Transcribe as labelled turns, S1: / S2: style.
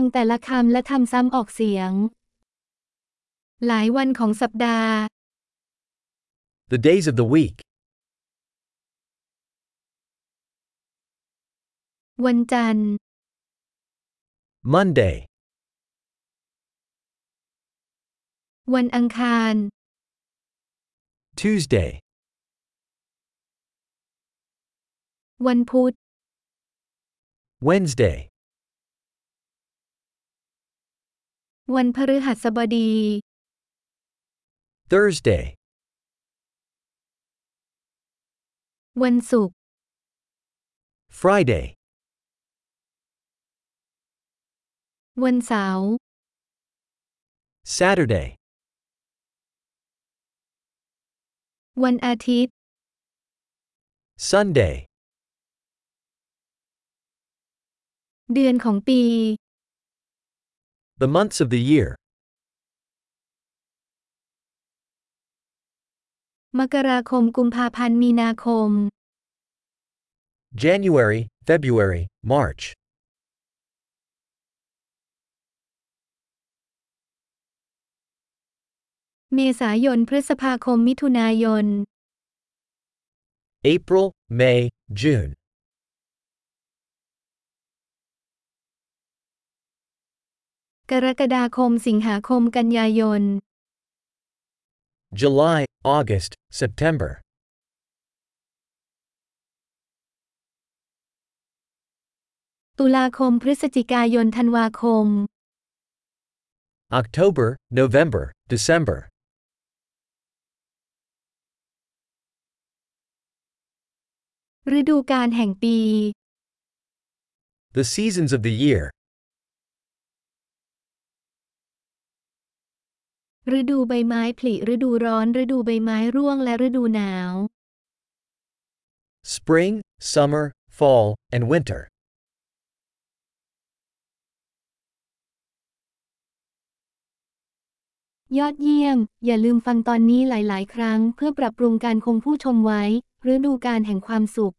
S1: งแต่ละคำและทำซ้ำออกเสียง หลายวันของสัปดาห์
S2: The days of the week.
S1: วันจันทร์
S2: Monday.
S1: วันอังคาร
S2: Tuesday.
S1: วันพุธ
S2: Wednesday.
S1: วันพฤหัสบดี
S2: Thursday.
S1: วันศุกร์
S2: Friday.
S1: วันเสาร์
S2: Saturday.
S1: วันอาทิตย์
S2: Sunday.
S1: เดือนของปี
S2: The months of the year.
S1: มกราคมกุมภาพันธ์มีนาคม
S2: January, February, March.
S1: เมษายนพฤษภาคมมิถุนายน
S2: April, May, June.
S1: กรกฎาคมสิงหาคมกันยายน
S2: July, August, September.
S1: ตุลาคมพฤศจิกายนธันวาคม
S2: October, November, December.
S1: ฤดูกาลแห่งปี
S2: The seasons of the year.
S1: ฤดูใบไม้ผลิฤดูร้อน ฤดูใบไม้ร่วงและฤดูหนาว
S2: Spring, summer, fall, and winter.
S1: ยอดเยี่ยม อย่าลืมฟังตอนนี้หลาย ๆ ครั้ง เพื่อปรับปรุงการคงผู้ชมไว้ ฤดูกาลแห่งความสุข